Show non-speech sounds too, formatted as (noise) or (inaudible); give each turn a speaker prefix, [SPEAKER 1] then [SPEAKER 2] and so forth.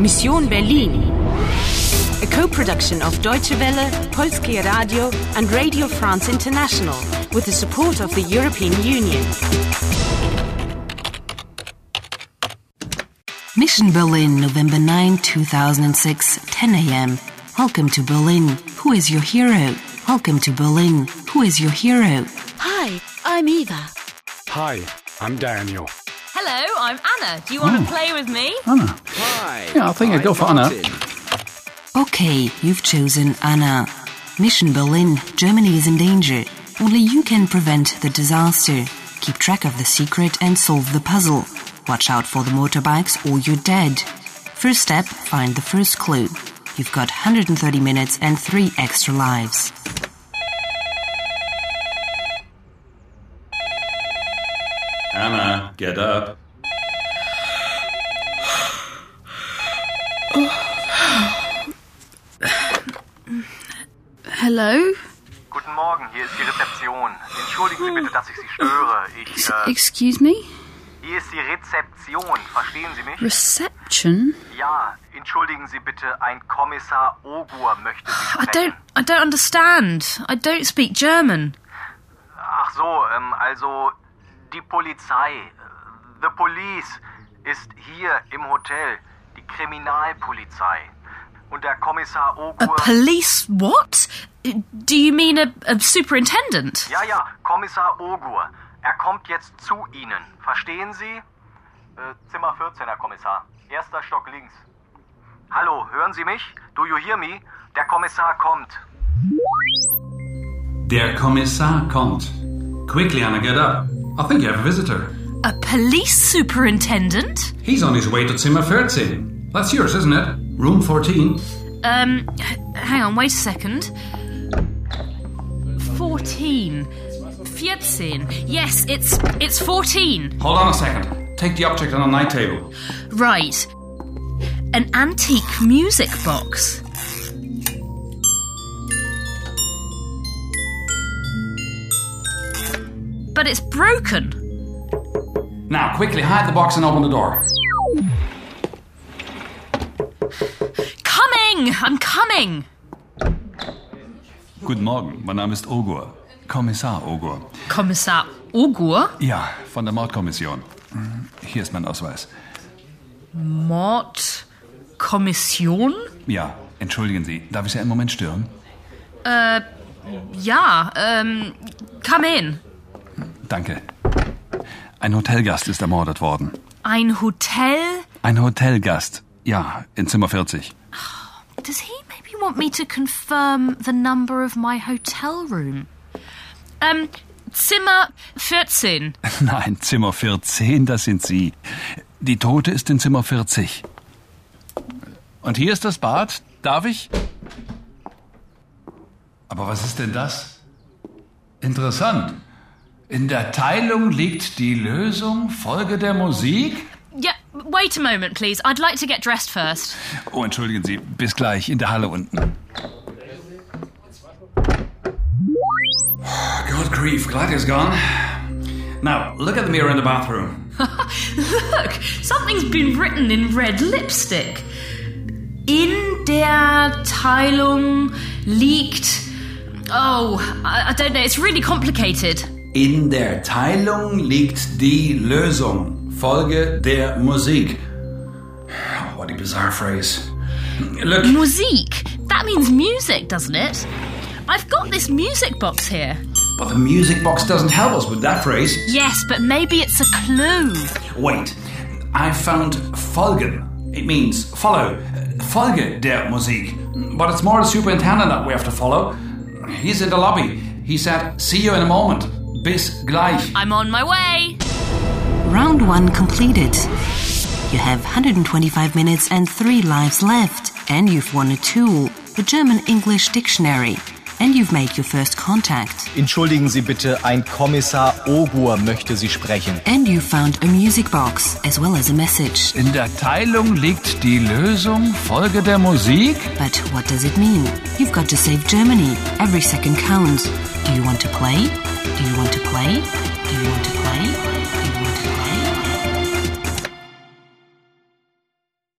[SPEAKER 1] Mission Berlin. A co-production of Deutsche Welle, Polskie Radio and Radio France International with the support of the European Union.
[SPEAKER 2] Mission Berlin, November 9, 2006, 10 a.m. Welcome to Berlin. Who is your hero? Welcome to Berlin. Who is your hero?
[SPEAKER 3] Hi, I'm Eva.
[SPEAKER 4] Hi, I'm Daniel.
[SPEAKER 5] Hello, I'm Anna. Do you want to play with me?
[SPEAKER 6] Anna.
[SPEAKER 7] Hi.
[SPEAKER 6] Yeah, I think I'd go for Anna.
[SPEAKER 7] Martin.
[SPEAKER 2] Okay, you've chosen Anna. Mission Berlin, Germany is in danger. Only you can prevent the disaster. Keep track of the secret and solve the puzzle. Watch out for the motorbikes or you're dead. First step, find the first clue. You've got 130 minutes and three extra lives.
[SPEAKER 8] Anna, get up.
[SPEAKER 3] Hello?
[SPEAKER 9] Guten Morgen, hier ist die Rezeption. Entschuldigen Sie bitte, dass ich Sie störe. Ich,
[SPEAKER 3] S-
[SPEAKER 9] äh,
[SPEAKER 3] Excuse me?
[SPEAKER 9] hier ist die Rezeption. Verstehen Sie mich?
[SPEAKER 3] Reception?
[SPEAKER 9] Ja, entschuldigen Sie bitte, ein Kommissar Ogur möchte Sie
[SPEAKER 5] I don't.
[SPEAKER 9] sprechen.
[SPEAKER 5] I don't understand. I don't speak German.
[SPEAKER 9] Ach so, ähm, also die Polizei, äh, the police, ist hier im Hotel, die Kriminalpolizei. Und der Kommissar
[SPEAKER 5] A
[SPEAKER 9] Ogur...
[SPEAKER 5] police? What? Do you mean a, a superintendent?
[SPEAKER 9] Ja, ja, Kommissar Ogur. Er kommt jetzt zu Ihnen. Verstehen Sie? Äh, Zimmer 14, Herr Kommissar. Erster Stock links. Hallo, hören Sie mich? Do you hear me? Der Kommissar kommt.
[SPEAKER 8] Der Kommissar kommt. Quickly, Anna, get up. I think you have a visitor.
[SPEAKER 5] A police superintendent?
[SPEAKER 8] He's on his way to Zimmer 13. That's yours, isn't it? Room 14.
[SPEAKER 5] Um, h- hang on, wait a second. 14. 14. Yes, it's it's 14.
[SPEAKER 8] Hold on a second. Take the object on a night table.
[SPEAKER 5] Right. An antique music box. But it's broken.
[SPEAKER 8] Now, quickly hide the box and open the door.
[SPEAKER 5] Coming! I'm coming!
[SPEAKER 10] Guten Morgen, mein Name ist Ogur. Kommissar Ogur.
[SPEAKER 5] Kommissar Ogur?
[SPEAKER 10] Ja, von der Mordkommission. Hm, Hier ist mein Ausweis.
[SPEAKER 5] Mordkommission?
[SPEAKER 10] Ja, entschuldigen Sie, darf ich Sie einen Moment stören?
[SPEAKER 5] Ja, ähm, come in.
[SPEAKER 10] Danke. Ein Hotelgast ist ermordet worden.
[SPEAKER 5] Ein Hotel?
[SPEAKER 10] Ein Hotelgast. Ja, in Zimmer 40.
[SPEAKER 5] Does he maybe want me to confirm the number of my hotel room? Ähm, Zimmer 14.
[SPEAKER 10] (laughs) Nein, Zimmer 14, das sind Sie. Die Tote ist in Zimmer 40. Und hier ist das Bad. Darf ich? Aber was ist denn das? Interessant. In der Teilung liegt die Lösung. Folge der Musik.
[SPEAKER 5] Yeah, wait a moment, please. I'd like to get dressed first.
[SPEAKER 10] Oh, entschuldigen Sie. Bis gleich in der Halle unten.
[SPEAKER 8] God grief, glad he's gone. Now, look at the mirror in the bathroom.
[SPEAKER 5] Look, something's been written in red lipstick. In der Teilung liegt. Oh, I, I don't know. It's really complicated.
[SPEAKER 8] In der Teilung liegt die Lösung. Folge der Musik. What a bizarre phrase. Look,
[SPEAKER 5] Musik. That means music, doesn't it? I've got this music box here.
[SPEAKER 8] but the music box doesn't help us with that phrase.
[SPEAKER 5] Yes, but maybe it's a clue.
[SPEAKER 8] Wait, I found folgen. It means follow. Folge der Musik. But it's more the superintendent that we have to follow. He's in the lobby. He said, see you in a moment. Bis gleich.
[SPEAKER 5] I'm on my way.
[SPEAKER 2] Round one completed. You have 125 minutes and three lives left, and you've won a tool, the German English Dictionary, and you've made your first contact,
[SPEAKER 7] Entschuldigen Sie bitte, ein Kommissar Ogur möchte Sie sprechen.
[SPEAKER 2] and you found a music box as well as a message.
[SPEAKER 10] In der Teilung liegt die Lösung. Folge der Musik.
[SPEAKER 2] But what does it mean? You've got to save Germany. Every second counts. Do you want to play? Do you want to play? Do you want to play?